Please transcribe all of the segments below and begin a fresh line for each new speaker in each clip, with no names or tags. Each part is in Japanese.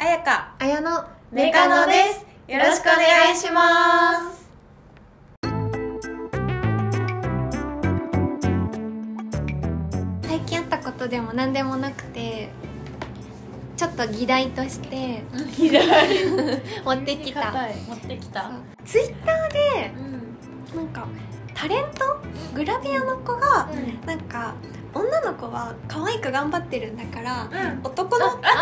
あやの
メカノですよろしくお願いします
最近あったことでも何でもなくてちょっと議題として
左
持ってきた
持ってきた
ツイッターで
うん
なんかタレントグラビアの子が
うん
なんか女の子は可愛く頑張ってるんだから
うん
男の
なんかさ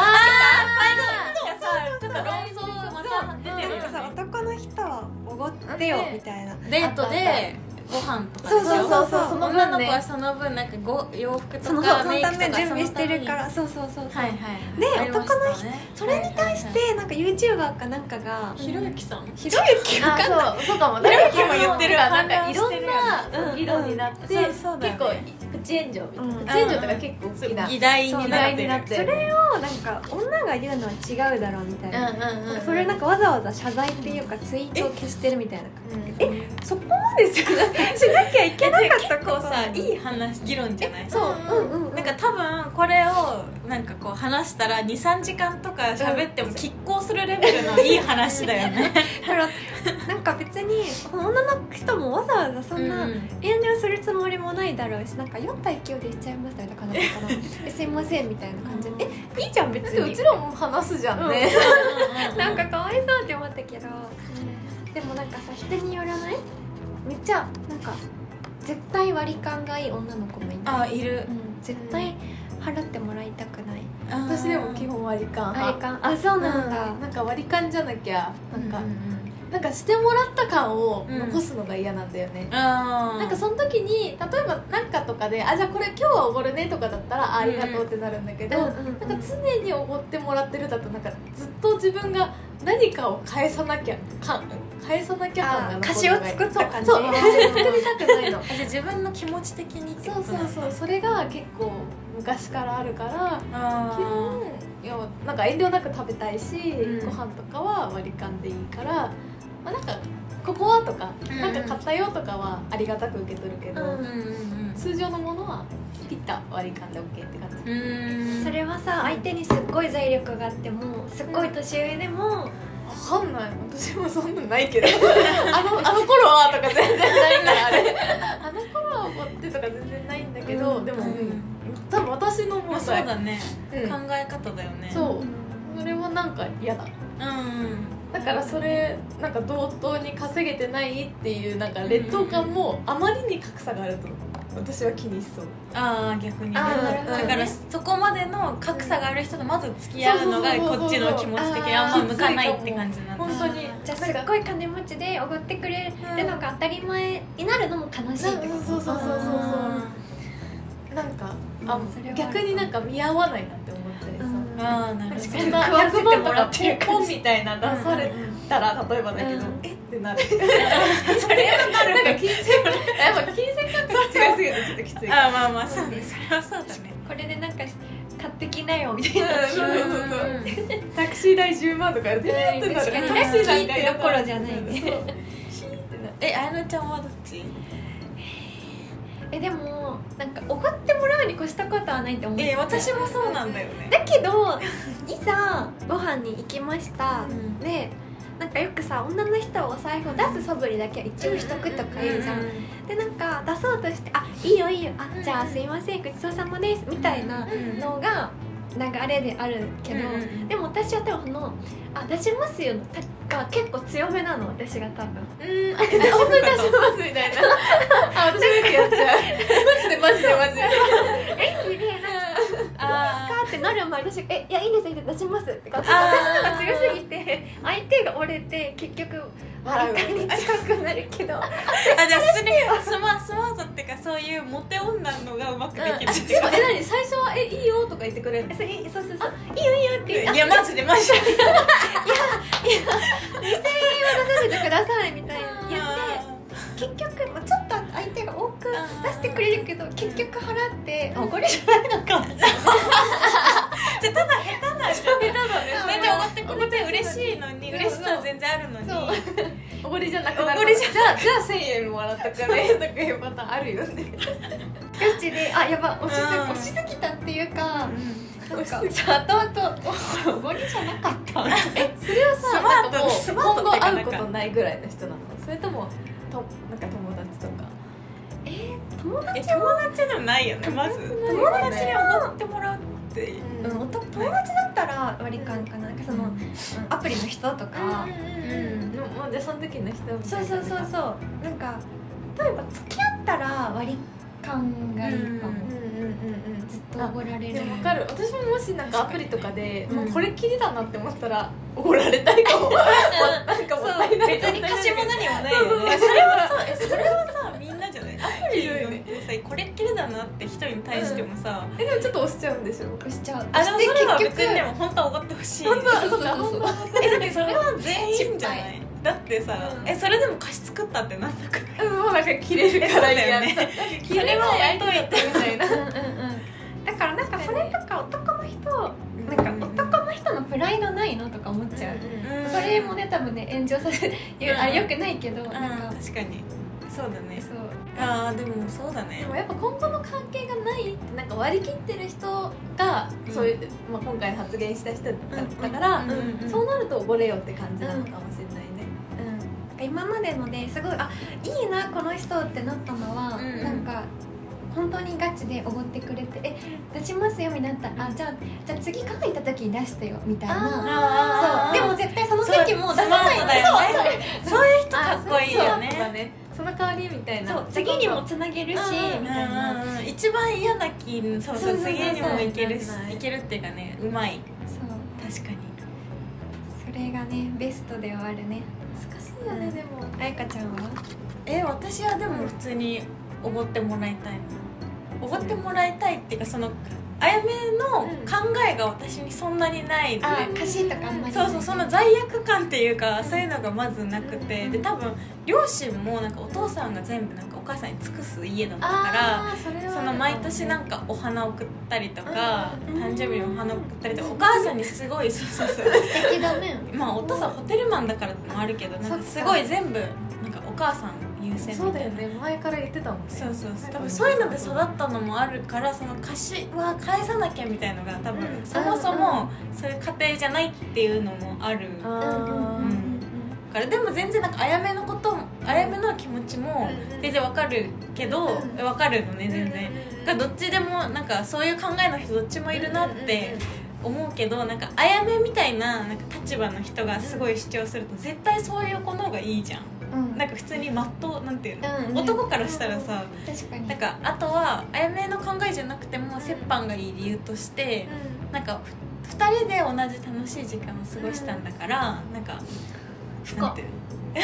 ちょっと論争また出
な
て
ん
る
か
よ
さ
ね
男の人はおごってよみたいな
デートでご飯とか
そうそうそうそう
その女の子はその分なんかご洋服
そ
と
の
か
そ
メ
の
イ
た
クと
め
か
準備してるからそうそうそう
そのためにはいはい
で男
はい
の人
ありましたね
それに対してなんか YouTuber かなんかが
ひろゆきさん
ひろゆきわかんない
あそうそうかも
ひろゆ
誰
きも
も
言
言
っ
ってて
る
る
わ
なんかいろん
うんうん
な議論になって
そうそうだよ
結構
ね
口炎上みたいな
うん
口炎上とか結構大きな
議題
そう
に
議
なっ
題
て
に
る
なって
そ
る
れをなんか女が言うのは違うだろうみたいな
うんうんうん
それなんかわざわざ謝罪っていうかツイートを消してるみたいな
うん
えそこまでしなしなきゃいけなかった
結構さ
こと
いい話議論じゃない
そううんうんうん
なんか多分これをなんかこう話したら23時間とか喋っても拮抗するレベルのいい話だよね
だからなんか別に女の人もわざわざ そんな
う
遠慮するつもりもないだろうしなんか酔った勢いでしちゃいましたよだからなんかなえすいませんみたいな感じでえいいじゃん別
だって
に
うちらも話すじゃんね
なんかかわいそうって思ったけど、でもなんかさ人によらないめっちゃなんか絶対割り勘がいい女の子もいる、
あいる
うん、絶対払ってもらいたくない
私でも基本割り勘
割り
派
勘あそう
うん
なんだ、
なんか割り勘じゃなきゃなんか
うんうんうん
なんかしてもらった感を
うん
残すのが嫌なんだよね
あー
なんかその時に例えばなんかとかであじゃあこれ今日はおごるねとかだったらあありがとうってなるんだけど、
うんうんうん
なんか常におごってもらってるだとなんかずっと自分が何かを返さなきゃか返さなきゃ感が
あ
残る
貸し
の
を
が
作った感じ
そうそう貸しを作りたくない の
あじゃあ自分の気持ち的にって
そ
こ
う
と
そう
なんだ
そうそれが結構昔からあるから基
あ
本いやなんか遠慮なく食べたいし、
うん
ご飯とかは割り勘でいいから、まあ、なんかここはとか、
うん
なんか買ったよとかはありがたく受け取るけど、
うん
ーうんうんうん
通常のものはピッタ割り勘で OK って感じ
うーん
それはさ相手にすっごい財力があってもすっごい年上でも、
わかんない私もそんなんないけ どあのあの頃はとか全然ないからあれあの頃は怒ってとか全然ないんだけど、
うん
でも、
うん
多分私のも
まあ
う
そうだね、
うん
考え方だよね
そううんそれはなんか嫌だ
うんうん
だからそれなんか同等に稼げてないっていうなんか劣等感もあまりに格差があると私は気にしそう
ああ逆にね
あー
なるほどね
だからそこまでの格差がある人とまず付き合うのが
そうそうそうそう
こっちの気持ち的にあんま向かないって感じなんだ
本当に
あーじゃあすっごい金持ちでおごってくれるのが当たり前になるのも悲しいってこと
そうそうそうそうそうなんかあ
うんそれは
逆になんか見合わないなって思ったりさ、
うん
ああなるほど
確
そ
かに
んな
食わせ
100
て
万
も
と
ら
か
ってる感
ポンみたいな出されたら例えばだけど、
うん
えってなるそれはなるなんか金銭やっぱ金銭感覚違いすぎてちょっときつい
ああまあまあそうねそれはそうだね
これでなんか買ってきなよみたいな
そうそうそうそうタクシー代10万とかやるとえーってなる
確かに
タクシー代
タクシーってどころじゃないね
そうヒーってなる
えあやのちゃんはどっち
えでもなんかおごってもらうに越したことはないと思う
え私もそうなんだよね
だけどいざご飯に行きました、
うん
でなんかよくさ女の人はお財布を出す素振りだけは一応しとくとか言うじゃん、でなんか出そうとして「あいいよいいよあじゃあすいませんごちそうさまです」みたいな
うん
のが流れであるけど、
うんうん
でも私は多分この「あ出しますよ」が結構強めなの私が 多分
うん、あ、本当に出しますみたいな。あ、私だけやっちゃう。マジでマジでマジで。
演技でなんか
あ
カーってなる前に私がえいやいいですいいです出します」って感じ
あ
私
ー
のが強すぎて相手が折れて結局
笑う
痛に近くなるけど
あじゃあそれスマスマートっていうかそういうモテ女のがうまくできるって
で
こ
も、え、なに、最初は、え、いいよとか言ってくれるの。
そういいそうそうそう「いいよいいよ」って言って「
といやマジでマジで
出させてください」みたいな言って結局まあちょっと相手が多く出してくれるけど結局払っておごりじゃないのかも
じゃあただ下手なんじゃん
だ
それでおごってくれて嬉しいのに
そう
嬉しさは全然あるのに
そうおごりじゃなくなる。
おごりじゃ
じゃあ、じゃあ1000円もらったくね。とかいうパターンあるよね。
ガチで「あやば押しすぎ
うん
押しすぎた」っていうかなんか
美味し
ちょっ
そう
とおごりじゃなかった
それは
ス
さ
マ
なん
ート
かもう
スマート
今後
っていうか
会うことないぐらいの人なのそれともとなんか友達とか
友達
え友達でもないよねまず友達におごってもらうっていう
うん
うん
おと友達だったら割り勘かななんかその、うんアプリの人とか、
うんのもうじゃあその時の人みたいな
そうそうそうそうなんか例えば付き合ったら割り勘がいい
うんうんう
かも、
うん
んうん
ずっとおごられる
でもわかる私ももしなんかアプリとかで
うん
もうこれきりだなって思ったらおごられたいかももうなんかもったいない
別に貸しも何もない
そ
よね
うそう
それはさえそれはさみんなじゃないアプリ
よ
に
ね
ってさこれっきりだなって人に対してもさ、
えでもちょっと押しちゃうんでしょ
押しちゃう
あでもそれは別
結
に
局
でも本当はおごってほしい
本当は
そうそうそうそう
えだってそれは全員じゃないだってさ、
うん
えそれでも貸し作ったってなんなくない
うんもうなんか切れるから嫌
えそうだよね
なんか切れない相手だったみたいな
うんうんうんだからなんかそれとか男の人なんか男の人のプライドないのとか思っちゃう、
うん
それもね多分ね炎上させる、
うん
あよくないけど、
うん
なんか
確かにそうだね
そう
あーでもそうだね
でもやっぱ今後の関係がないってなんか割り切ってる人が
うん
そういう、まあ、今回発言した人だったか
う
ら
んうんうん
そうなるとおごれよって感じなのかもしれないね
うんなんか今までのですごいあいいなこの人ってなったのは、
うん
なんか本当にガチでおごってくれて「え出しますよ」みたいになったら「あじゃあじゃあ次カフェ行った時に出してよ」みたいな
あ
そう
ー
でも絶対その時もう出さない
そ
の
うスマートだよね
そうそういう人
かっこいいよね
そうそうその代わりみたいな
そう次にもつなげるしみたいな
うんうんうん一番嫌な気そうそ
そ
う
うそうそう
次にもいけるし
ないない
いけるっていうかねうまい
そう
確かに
それがねベストで終わるね
難しいよね、
うん
でも
あやかちゃんは
え私はでも普通におごってもらいたいなおごってもらいたいっていうかそのあやめの考えが私にそんなにないの
あ
で、
歌詞とかあんまり
そうそうその罪悪感っていうかそういうのがまずなくてで多分両親もなんかお父さんが全部なんかお母さんに尽くす家だったから
あーそれは
その毎年なんかお花送ったりとか、
うん
誕生日にお花送ったりとか、お母さんにすごいそうそ うそう
素敵だね
まあお父さんホテルマンだからってのもあるけどなんかすごい全部なんかお母さん優先
そうだよね前から言ってたもんね
そうそうそう多分そういうので育ったのもあるからその貸しは返さなきゃみたいのが多分、
うん
そもそもそういう家庭じゃないっていうのもある
あ
うんうんうんうん
からでも全然なんかあやめのこともあやめの気持ちも
うんうん
全然わかるけどわ
うん、
かるのね全
う
然。
ん
がどっちでもなんかそういう考えの人どっちもいるなって思うけどなんかあやめみたいななんか立場の人がすごい主張すると絶対そういう子の方がいいじゃん
うん
なんか普通にまっとうなんていうの、
うんうん
男からしたらさ
確かに
なんかあとはあやめの考えじゃなくても折半がいい理由としてなんかふ2人で同じ楽しい時間を過ごしたんだからなんか
不
なん
可
ていうの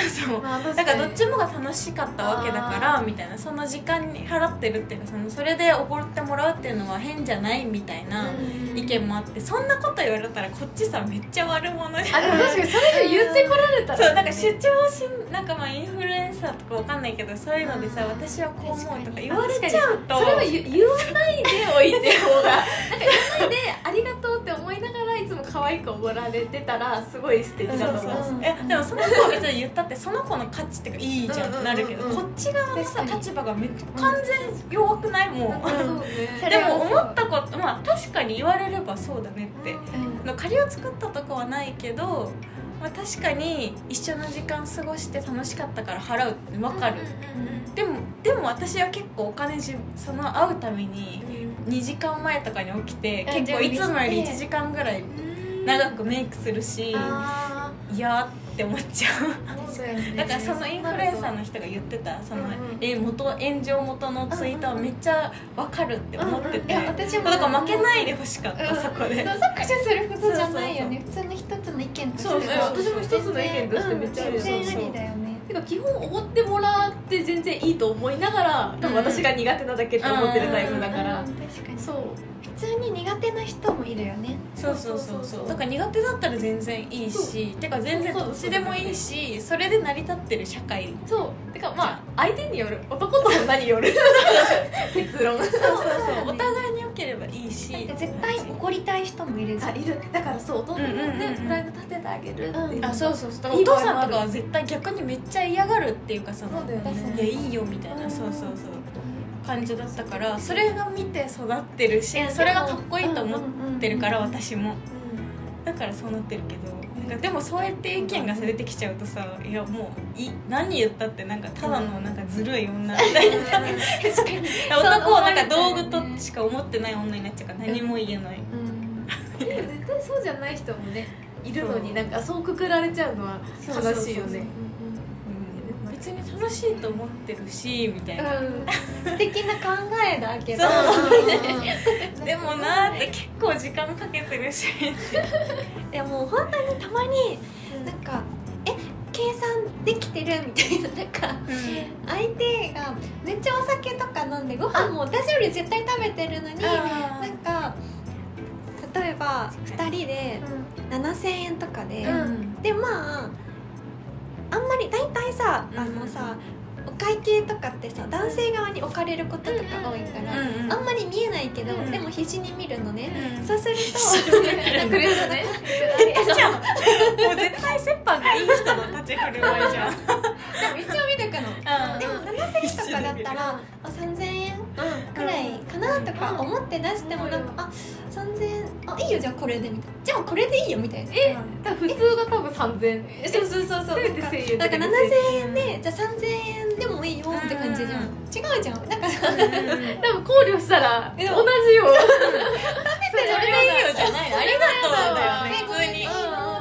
そう
まあ確
だ
か
か
に
らどっちもが楽しかったわけだからみたいなその時間に払ってるっていうかそのそれでおごってもらうっていうのは変じゃないみたいな
うん
意見もあってそんなこと言われたらこっちさめっちゃ悪者 じゃ
あ
ん
でも確かにそれで言ってこられたら
そうなんか主張しなんかまあインフルエンサーとかわかんないけどそういうのでさ
うん
私はこう思うと
確か
か
に
言われちゃうと
それは言言わないでおいて方がなんか言わないでありがとうって思いながらいつも可愛くおごられてたらすごい素敵
そう
だと思う
そうそう
うん
えでもその子は別に言ったってその子の価値っていうかいいじゃんってなるけど
うんうんうん
こっち側のさ
確かに
立場がめっちゃ完全弱くないもう
なんかそうね
でも思ったことまあ確かに言われればそうだねって、あの借りを作ったとこはないけど、まあ、確かに一緒の時間過ごして楽しかったから払うって分かる、でもでも私は結構お金じその会うために2時間前とかに起きて
あ
結構いつもより1時間ぐらい長
く
くメイクするし
あ
嫌って思っちゃ
ー
う
確かに
だからそのインフルエンサーの人が言ってたその、
うんうん
え元炎上元のツイートはめっちゃ分かるって思ってて、
うんうん
いや私も
だから負けないで欲しかった、そこで、
そう削除することじゃないよね普通の一つの意見として
そう
ね
私も一つの意見としてめっちゃあるよ
全然全然ありだよね
てか基本おごってもらって全然いいと思いながら多分私が苦手なだけって思ってるタイプだから、
うん確かに
そう
普通に苦手な人もいるよね
そうそうそうそう
そう
だから苦手だったら全然いいしてか全然
そう
ど
そう
っちでもいいしそれで成り立ってる社会
そうてかまあ相手による男と女に よる結論
そうそう
そうだね
お互いに良ければいいし
だって絶対怒りたい人もいるじゃ
あ
ん
いるだからそう弟
うんうんうんうん
ねプライド立ててあげるっていう
うん
あそうそうそうだから
い
お
い場合
父
もある
さんとかは絶対逆にめっちゃ嫌がるっていうかその
そうだよね
いやいいよみたいな、
うん
そうそうそう感じだったからそれが見て育ってるし
いや
それがかっこいいと思
でも
ってるから
うんうん
私もだからそうなってるけどなんかでもそうやって意見が出てきちゃうとさいやもうい何言ったってなんかただのなんかずるい 女みたいな
確かに
男をなんか道具としか思ってない女になっちゃうから何も言えない
うん
絶対そうじゃない人もねいるのになんかそうくくられちゃうのは悲しいよね
うん別に楽しいと思ってるしみたいな
うん素敵な考えだけど
でもなーって結構時間かけてるし
でも本当にたまになんかえ計算できてるみたいななんか 相手がめっちゃお酒とか飲んでご飯も私より絶対食べてるのになん
あー
か例えば2人で7,000円とかで、でまああんまり大体さあのさ、お会計とかってさ男性側に置かれることとか多いから、
うんうん
あんまり見えないけど、
うん
でも必死に見るのね、
うん
そうする
必
と
なんかるよね
じゃんもう絶対折半がいい人の立ち振る舞いじゃん
でも一応見とくのでも7000円とかだったらあ3000円くらいかなとか思って出してもなんか、あ3000円あいいよじゃあこれでみたいなじゃあこれでいいよみたいな
え
多分普通が多分3000円
えそうそうそうそう
せめて1000円
なんか7000円でじゃあ3000円でもいいよって感じじゃん、
う
違うじゃんなんかさ
多分考慮したら同じよ
それでいいよじゃないありが
え
と
ご
うだ
め
よ
んいい
ね
よ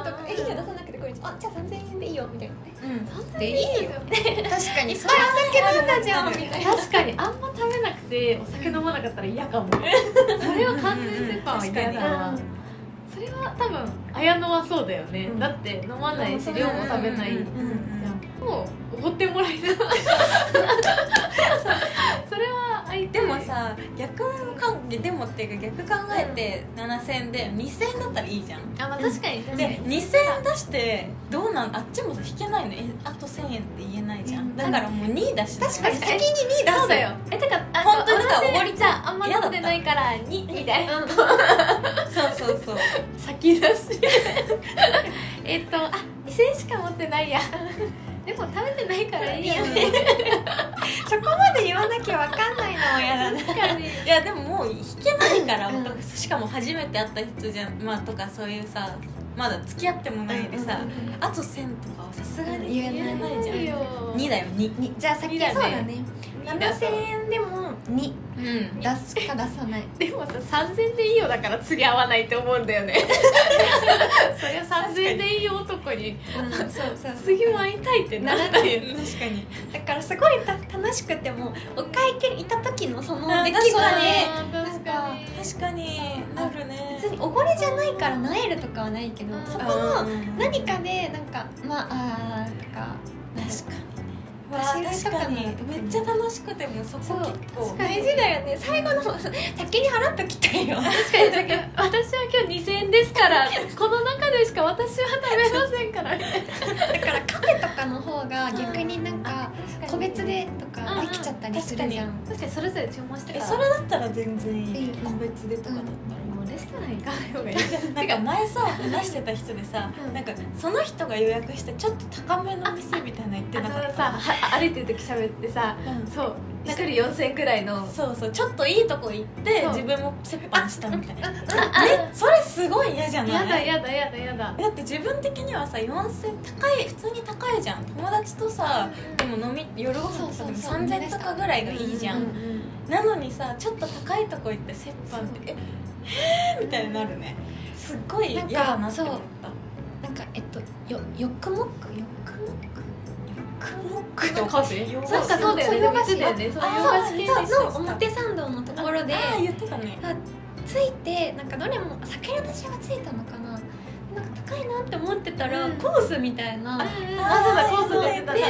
とか
うん
えいいよ出さなくてこれあじゃあ3000円でいいよみたいなね
普通に、
でいいよみたい
うん、確かにそ
なお酒飲んだじゃんみたいな
確かにあんま食べなくてお酒飲まなかったら嫌かもそれは完全折半は嫌だ
う
なんそれは多分綾乃はそうだよね、
うん
だって飲まないし
うん
量も食べない、
うんうん
い
うん
やもうおごってもらいたいそうそれは相手
でもさ逆かでもっていうか逆考えて7000円で2000円だったらいいじゃん
あ、まあ、確かに確かに
で2000円出してどうなんあっちもさ引けないのえあと1000円って言えないじゃんだからもう2位だし
確かに先
え
に2出
そう
す
だよえてかあ
本当にさ
そう
おごり
私さあんま
嫌だ
飲
っ
ん
た
でないから2みたいな
そうそうそう
先出し えっとあ2000円しか持ってないやでも食べてないからいいよね
そこまで言わなきゃわかん ないのもやだね
確かに
いやでももう引けないから、
うん
男しかも初めて会った人じゃんまあとかそういうさまだ付き合ってもないでさ、あと1000とかはさすがに言えないじゃん
いいよ
2だよ2
じゃあ先
二だよね
そうだね
二だったら
7000円でも2
うん
出すか出さない
でもさ3000でいいよだから次合わないと思うんだよねそりゃ3000でいいよ男に
うんそうそう
次も会いたいってならないよね
確かに
だからすごいた楽しくてもお会計いた時のその出来事で
確かに
確かに
確かになるね
別におごりじゃないからなえるとかはないけどそこの
うん
何かでなんかまああーとか
確かに
まあ
わあ確かに
確かに
めっちゃ楽しくてもそこ
そう
結構
大事だよね最後の方先に払っときた いよ
確かにだけど私は今日2000円ですからこの中でしか私は食べませんから
だからカフェとかの方が逆になんか個別でとかできちゃったりするじゃん
確かにそれぞれ注文してか
え
ら
それだったら全然いい、
うん
個別でとかだったら、
もうレストラン行かない方がいい
なんか前さ話してた人でさ、
うん
なんかその人が予約してちょっと高めの店みたいなの言って
あ
なかっ
の
た
さは歩いてる時喋ってさ
うん
そう一人4000円くらいの
そうそうちょっといいとこ行って
そう
自分も折半したみたいなね
あ
それすごい嫌じゃない
やだやだやだやだ
だって自分的にはさ4000高い普通に高いじゃん友達とさでも飲み夜ご飯とかでも
そうそうそう
3000とかぐらいがいいじゃん、
うん
なのにさちょっと高いとこ行って折半ってえへーみたいになるねすっごい嫌だなって思った
なんかえっとよよくもっくよくもっく
クッ
カフェ
よ
なんかそうだよね
洋菓子
言ってたよねそう
あ
洋菓子系
そう
で
そうの表参道のところで
あー言ってたね
ついてなんかどれも先に私がついたのかななんか高いなって思ってたら、
うん
コースみたいな
あそうだコース
で
でやってた
ね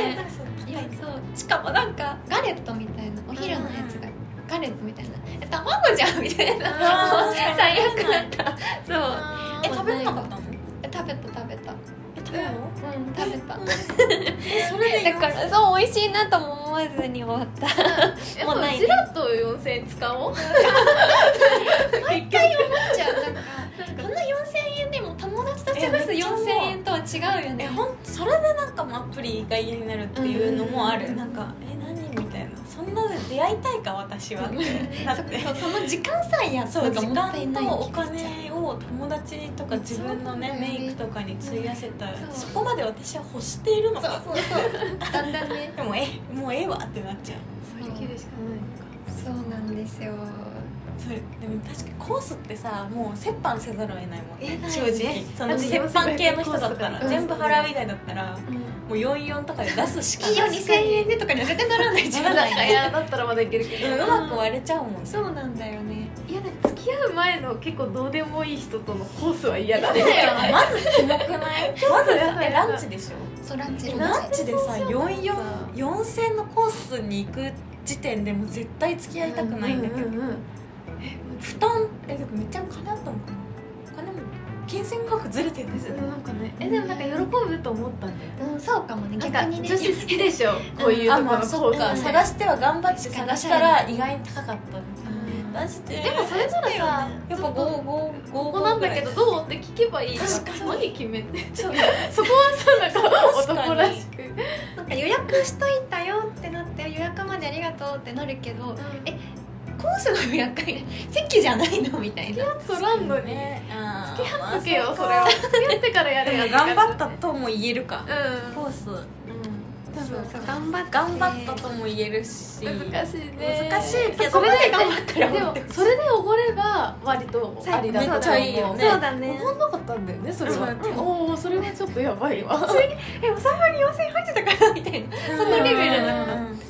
いや
ね
そうしかもなんかガレットみたいなお昼のやつが、ガレットみたいなえ卵じゃんみたいな
あー
最悪だったそう
え
ー
食べれなかったの
え食べた食べた
え食べるの
うん食べた
えそれで
だからそう美味しいなとも思わずに終わった
え
もうないね
ジラと4000円使おう毎回
じゃあ なんかこの4000円でも友達と過ごす
えめっちゃ思う
4000円とは違うよ
え
ね
ほんそれでなんかもうアプリが嫌になるっていうのもある、なんかえ何みたいなそんな出会買いたいか私はってなって
そうその時間さえや
そう時間
いない
とお金を友達とか自分のね
そう
メイクとかに費やせた
そう
そこまで私は欲しているの
そう
か
そうそうだんだんね
でもえもうええわってなっちゃう
それ切るしかないのか
そうなんですよ
それでも確かにコースってさもう折半せざるを得ないもんね
得ない
正直その
だって
折半系の人だった
う
ら
ん
全部払う以外だったらもう44とかで出すしか
いいよ
に
2000円でとかには絶対ならないじゃん
ならない
なんか嫌だったらまだいけるけど
うまく割れちゃうもんね
そうなんだよね
いやなんか付き合う前の結構どうでもいい人とのコースは嫌だね
まずキモくないまずさえランチでしょ
そうランチ
ランチでさ
う
4000のコースに行く時点でもう絶対付き合いたくないんだけど、
うんうんうん
負担えでもめっちゃ金あったのかなお金も金銭額ずれてるんですよね
なんかねえでもなんか喜ぶと思ったんだよ
うんそうかもね
な
逆
んか
にね
女子好きでしょこういう
あ
とこ
ま
ろ
あ
の
そ
そう
か、
うん
探しては頑張って探したら意外に高かっ
うん
た出して
でもそれならさ
やっぱ5555
ここなんだけどどうって聞けばいいじゃん
確かに
何決めて
そう
そこはさなんか
確かに
男らしく
なんか予約しといたよってなって予約までありがとうってなるけどえコースの予約席じゃないのみたいな
取らんのに
ねあ
付き合っとけよそれ
は
は付き合ってからやれよ
頑張ったとも言えるか
う
コース
ん多分
そう頑張って
頑張ったとも言えるし
難しいね
難しいけど
それで
頑張ったら
でもそれでおごれば割とありだ
めっちゃいいよね
そうだね
怒んなかったんだよねそれは、
うん
おおそれはちょっとやばいわ
えお財布に4000円入ってたからみたいな
そ
のレベルだった
うん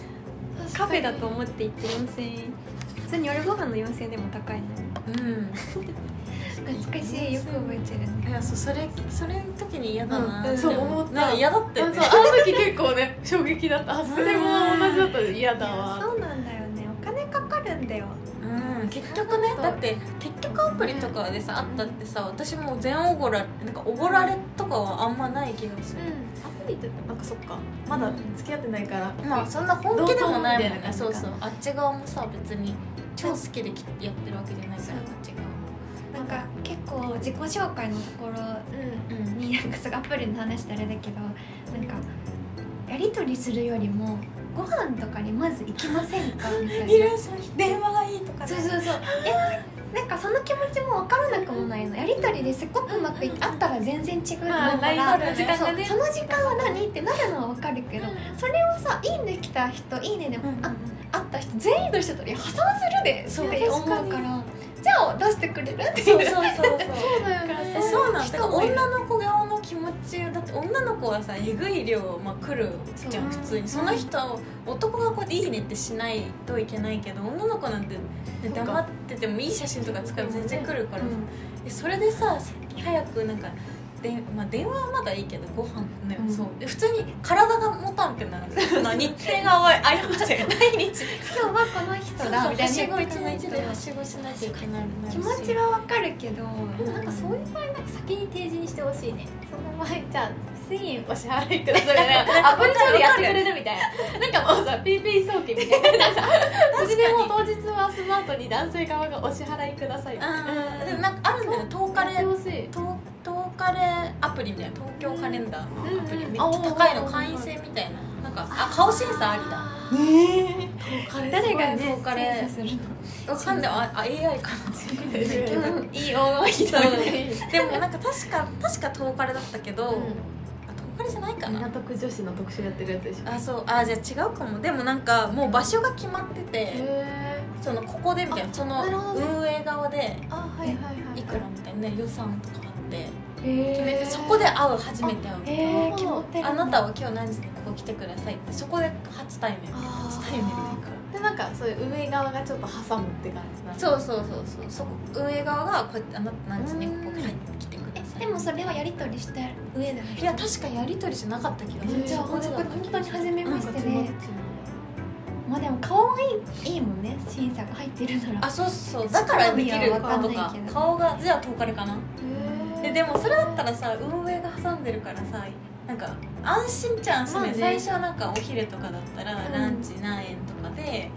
カフェだと思って行って4000円普通に夜ご飯の4000円でも高いの
うん
懐かしいよく覚えてるね
いやそうそれそれの時に嫌だな、
うん
そう思った
なんか嫌だったよ
あ
ね
そうあの時結構ね衝撃だったあそれも同じだったら嫌だ
いや
わ
そうなんだよねお金かかるんだよ
うん結局ねだって結局アプリとかでさあったってさ私も全おごらなんかおごられとかはあんまない気がする、
アプリってなんかそっかまだ付き合ってないから、
まあそんな本気でもないも
同等みた
ん
いな
ね
感じ
そ
か
うそうあっち側もさ別に超好きできやってるわけじゃないから
そ
あ
う
っち側
なんか結構自己紹介のところになんかすごいアプリの話ってあれだけどなんかやり取りするよりもご飯とかにまず行きませんかみたいな
その日電話がいいとか
そうそうそうえなんかその気持ちも分からなくもないのやり取りですっごくうまくいってあったら全然違うと思う
まあ
か
ライ
ら、
バルの時間がね
そうその時間は何ってなるのは分かるけど、それをさ「いいね」来た人「いいね」でも、あ会った人全員としてたら「いや破産するで」
そう
って思うから
確か
じゃあ出してくれるってい
そううそうそうそう
そうだよね
えそうなんだ
人
から
もいる
女の子側の気持ちだって女の子はさえぐい量、まあ、来るじゃん普
そう
通にその人男がこうやって「いいね」ってしないといけないけど女の子なんて、ね、
そうか
黙っててもいい写真とか使えば全然来るから、
うん
えそれでさ早くなんかで、まあ、電話はまだいいけどご飯ね、
うん
そうで普通に体が持たんってなるんですよその日程が合い合いません毎日
今日はこの人
そう
だ
そう
みた
は
な
いしご一日ではしごしないといけない
気持ちは分かるけど、
なんかそういう場合なんか先に提示にしてほしいねその前じゃあ1000円お支払いくださいみたいなアプリ上でやってくれるみたいななんかもうさ PayPay 送金みた いなさいつでも当日はスマートに男性側がお支払いくださいって
うんでもなんかあるんだよトーカレー
ほしい
東東カレーアプリみたいな東京カレンダーのアプリ、
うんうん
めっちゃ高いの会員制みたいななんかあ顔審査ありだ
誰が
ね
ね精査するの
わかんないああ AI かな
うん いい大い人
そうでもなんか確か確か東カレだったけど、あ東カレじゃないかな、
港区女子の特集やってるやつでしょ
あそうあじゃあ違うかもでもなんかもう場所が決まってて
へ
そのここでみたいなその
なるほどね
運営側で
あはいはいはい
いくらみたいなね予算とかあって決
決
めてそこで会う初めて会うみたいな
えー、決まってる
あなたは今日何時にここ来てくださいってそこで初対面
あー
初対面でいいか
で
ら
なんかそういう運営側がちょっと挟むって感じなの
そうそうそうそうそこ運営側がこうやってあなた何時にここに入ってきてくださ
え
い
でもそれはやり取りした上だ
いや確かやり取りじゃなかった気がす
え
る
ー
じゃあ
こ
本
でだった
当に初め
な
ま
ん
し
か
てねまあでも顔がいいいいもんね審査が入ってるなら
あそうそうだからできる
好みは
と
分かん
か
ないけど
顔がじゃあ遠かれかな
へ
ででもそれだったらさ運営が挟んでるからさなんか安心っちゃ安心
まあ
ね
ね
最初はなんかお昼とかだったら
うん
ランチ何円とかで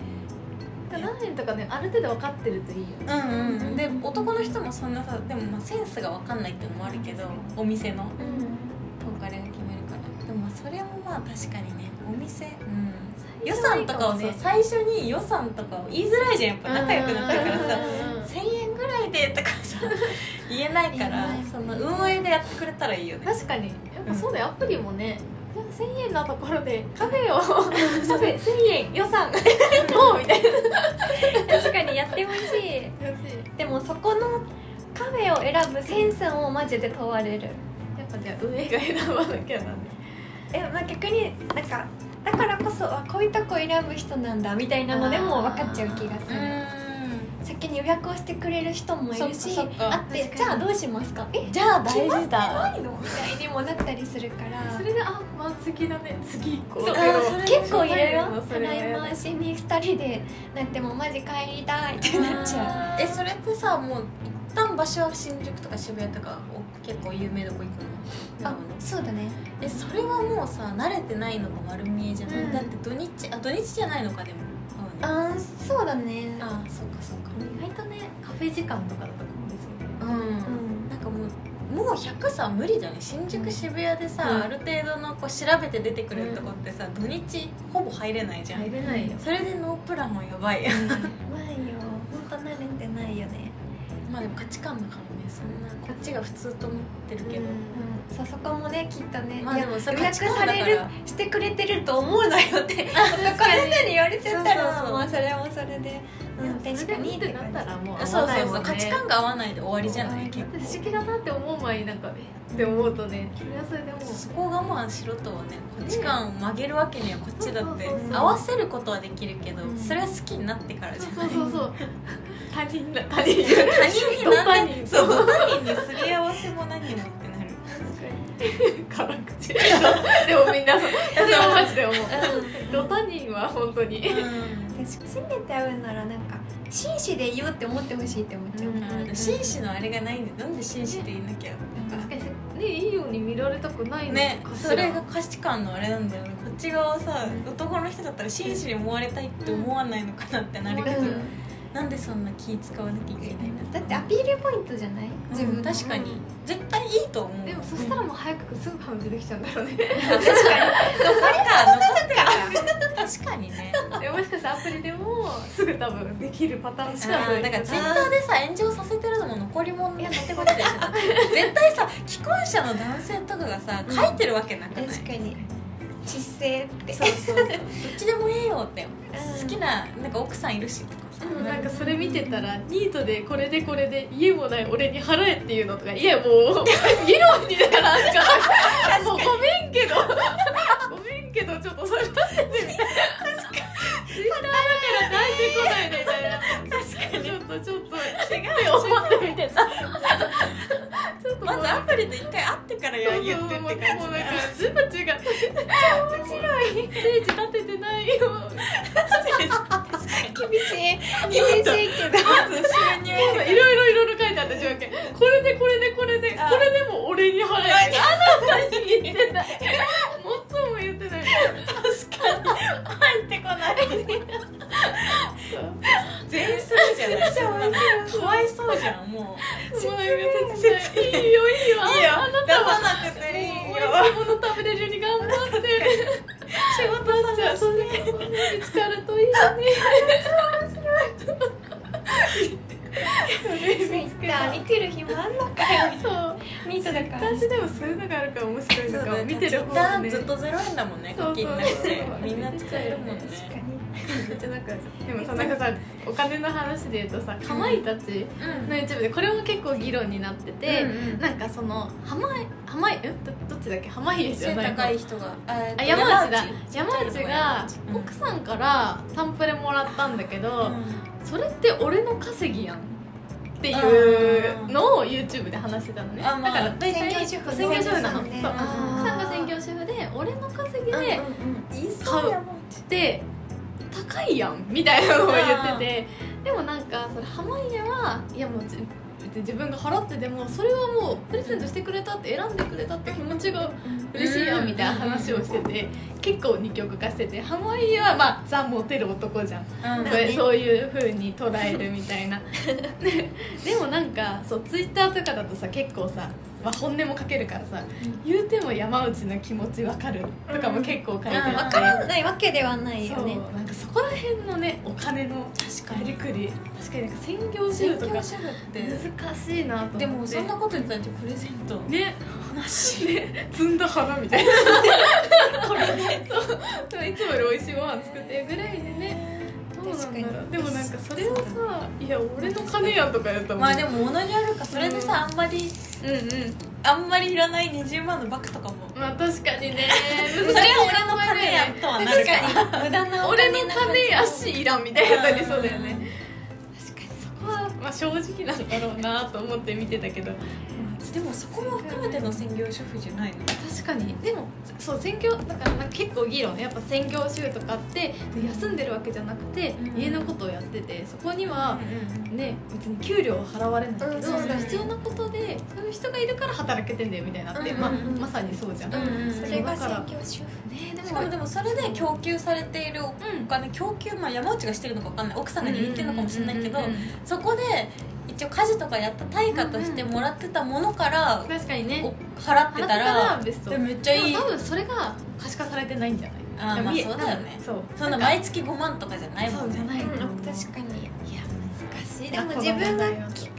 なんか何円とかねある程度分かってるといいよね
うんうんで男の人もそんなさでもまあセンスが分かんないっていうのもあるけどお店の
うん
東カレが決めるからでもまあそれもまあ確かにねお店うん
最
予算とかをさ最初に予算とかを言いづらいじゃんやっぱ仲良くなったからさ1000円ぐらいでとか さ言えないか
言え
ら
ない
その運営でやってくれたらいいよね
確かにやっぱそうだよ、アプリもねなんか1000円のところでカフェをカフェ1000円予算もうみたいな
確かにやってほしいでもそこのカフェを選ぶセンスもマジで問われる
やっぱじゃあ運営が選ばなきゃなんで
え、まあ、逆になんかだからこそあこういうとこ選ぶ人なんだみたいなのでも分かっちゃう気がす
う
る
ん
先に予約をしてくれる人もいるし
そっかそっか
あって
確
じゃ
か
あ
に
どうしますかえ
じゃあ大事だ
ないのみたいにもなったりするから
それであ満席だね次行こう
そう
あー結構いろいろ
そ
た
れは
ら
や
い
だ
回しに2人でなってもマジ帰りたいってなっちゃう
あー
えそれってさもう一旦場所は新宿とか渋谷とかお結構有名どこ行くの
あそうだね
えそれはもうさ慣れてないのが丸見えじゃない、
うん
だって土日あ土日じゃないのかでもあ
あーそうだね
あそうかそうか
意外とねカフェ時間とかだと思うんですよね
うん、
うん
なんかもうもう100さ無理だね新宿渋谷でさ、
うん
ある程度のこう調べて出てくるとこってさ、土日ほぼ入れないじゃん
入れないよ
それでノープランはやば
ま
い
いよ本当慣れてないよね
まあでも価値観だからねそんなこっちが普通と思ってるけど、
うんそうそこもねきっとね、
まあ
いや
でもそ
予
れ
約
価値
さ
観だから
れるしてくれてると思う なよってこれ人に言われちゃったら
そうそうそう
もうそれはそれで、うん、確かに
っ
ってて
な
感
っ
じ
たらもう
そうそうそう価値観が合わないで終わりじゃない結
不思
構
議だなって思う前になんかえって思うとねそれはそれでもう
そこを我慢しろとはね価値観を曲げるわけにはこっちだって
そうそう
そう
合わせることはできるけど
うん
それは好きになってからじゃない
そうそうそう他人だ他人
他人に
他
何
人
そう他人にすり合わせも何もってなる
辛口でもみんなそうそれはマジで思うド他人は本当に
初めて会うならなんか紳士でいいよって思ってほしいって思っちゃう、
うん
うん紳士のあれがないんでなんで紳士って言いなきゃ
確かにねいいように見られたくないの
ね
かしら
それが価値観のあれなんだよねこっち側はさ男の人だったら紳士に思われたいって思わないのかなってなるけど
うん
なんでそんな気使わなきゃいけないんだ
だってアピールポイントじゃない自分の、
確かに絶対いいと思う
でもそしたらもう早くすぐ感じできちゃうんだろうね
確かに残りが 残って るから確かにね
でもしかしたらアプリでもすぐ多分できるパターンし
し
か
かもなんかツイッターでさ炎上させてるのも残り物やってことでしょ絶対さ既婚者の男性とかがさ書いてるわけなくない
確かに知性って
そうそうそうどっちでもええよって
ん
好きななんか奥さんいるしとかさ
うん
なんかそれ見てたらニートでこれでこれで家もない俺に払えっていうのとかいやもう議論にだからなんかもうごめんけどごめんけどちょっとそれ立ててみたいなツイッターだから泣いてこないでみたいな確かにちょっとちょっと違う思ってみてたちょっと
まずアプリで一回会ってからや言
言
っ
ってて
っ
ってて
感
感じ
じだ
全部違う面白いステージ立ててないよ
厳しい厳しいけ ど
まず収入
いろいろいろいろ書いてあった条件これでこれでこれで
あ
これでも俺に払えってあなたに言ってない最も言ってない
入ってこない全員するじゃないそんなかわいそうじゃんも
もうなんか切ないいいよいいよ
ういいよ
あな
出
たは
さなくていい
もう美
よ
味しいもの食べれるように頑張って
仕事さ
じゃあそれ見つかるといいよね
ツイッター見てる暇あんのかよ
そう
ニートだから
私でもそういうのがあるから面白いのかも見てる方
が
もね
ずっとゼロ円だもんね
そ
課
うそう
金なんてみんな使えるもんね
確
確かに
じゃなんかでもさなんかさお金の話で言うとさかまいたちの YouTube でこれも結構議論になってて、
うんうん
なんかその濱家濱家うんどどっちだっけ濱家じゃ
背
ない
高い人があ
あ山内だ山
山内
内が
うん
奥さんからタンプレもらったんだけど、それって俺の稼ぎやんっていうのを YouTube で話してたのね、
あま
だ
あ
から大体
専業主婦の
専業主婦なの
そうですね
そう
あー
奥さんが専業主婦で俺の稼ぎで、
言い
そうやで高いやんみたいなのを言っててでもなんかそれ濱家はいやもうじ別に自分が払ってでもそれはもうプレゼントしてくれたって選んでくれたって気持ちが嬉しいやんみたいな話をしてて結構二極化してて濱家はまあザ・モテる男じゃん
うん
それそういう風に捉えるみたいなででもなんかそうツイッターとかだとさ結構さまあ、本音も書けるからさ、
ん
言うても山内の気持ちわかるとかも結構書いてあ
う
っ
ん
わ
て、
からないわけではないよ
そう
ね
なんかそこら辺のねお金の
確
やりくり確かになんか専業主
専
婦とか
業主婦って
難しいなと思って
でもそんなことに対してプレゼント
ね話ね積んだ花みた いな
これね
そういつもより美味しいご飯作ってるぐらいでねどうなんだろうでもなんかそれをさ「いや俺の金や」とかやったもん
まあでも物によるかそれでさあんまり
うんうん
あんまりいらない20万のバッグとかも
まあ確かに ね
それは俺の金やとはなるから
確かに 無駄なお
俺
金
の
になる
金やしいらんみたいになりそうだよね確かにそこは、まあ、正直なんだろうなと思って見てたけど
でもそこも含めての専業主婦じゃないの
確かにでもそう専業だからなんか結構議論やっぱ専業主婦とかって休んでるわけじゃなくて、
うん
家のことをやっててそこには
う
ね別に給料を払われないけど、
うん
そうだね
必要なことでそういう人がいるから働けてんだよみたいなって、
うん
まあ、
うん
まさにそうじゃん、
んうんうん
それが専業主婦
ね
しかもでもそれで供給されているお金供給まあ山内がしてるのか分かんない奥さんが握ってるのかもしれないけど
うんうんうんうん
そこで一応家事とかやった対価としてもらってたものから
確かにね
お払って
払った
ら
らベスト
でめっちゃいい
でも多分それが可視化されてないんじゃない
あーまあ
見え
そうだよね
そう
そんな毎月5万とかじゃないも
そ
ん
うじゃ
ね
ない、
うん確かにいや難しいでも自分が
き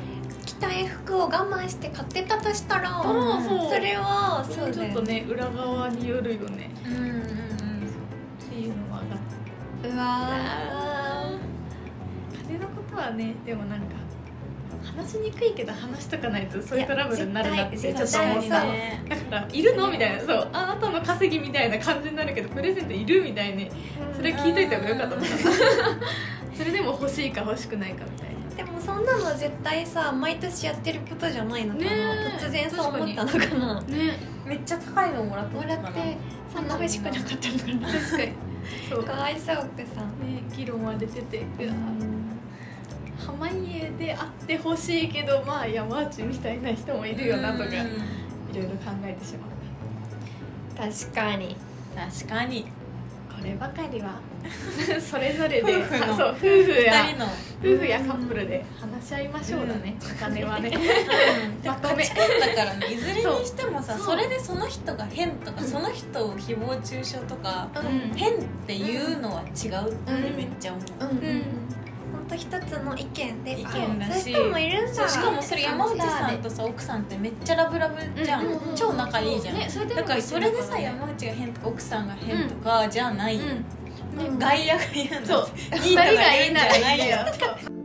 着たい服を我慢して買ってたとしたら
そうそう
それはそう
ち
だ
ょっ
よ
と
ね
ね裏側によるよね
うんうんう
っ
ん
ていうのは上がっ
うわ
た金のことはねでもなんか話しにくいけど話しとかないとそういうトラブルになるなってちょっと
絶
思
対
っ
絶
た
対
ね
だから「いるの?」みたいなそう「あなたの稼ぎ」みたいな感じになるけどプレゼントいるみたいに
ー
それ聞いといた方がよかったもんそれでも欲しいか欲しくないかみたいな
でもそんなの絶対さ毎年やってることじゃないのかな、
ねえ
突然そう思ったのかな
ね
めっちゃ高いのもらった
も
の
ら
か
っ
な
てそんな欲しくなかったのかな
確かにそう
か
ね
わいそう奥さん
議論は出ててうわ
うん
濱家であってほしいけどまあ山内みたいな人もいるよなとか
う
い
ん
ろいろ考えてしまっ
確かに
確かに
たこればかりは それぞれで
夫婦の
そう夫婦
二
や
人の
夫婦やカップルで話し合いましょうだね、お金はね
でも
まと
価
め
値観だからねいずれにしてもさ
そう
それでその人が変とかその人を誹謗中傷とか
うん
変っていうのは違うってめっちゃ思
う
う、
ん
ん
本当一つの意見で
意見だし
あそういう人もいるん
そう
だ
しかもそれ山内さんとさ奥さんってめっちゃラブラブじゃん、
うんうんうん
超仲いいじゃん、
ねそれでも
だからそれでさ山内が変とか奥さんが変とかじゃない、
うん
うん
外野が言うの
そう
いいとか言うんじゃないよ
そう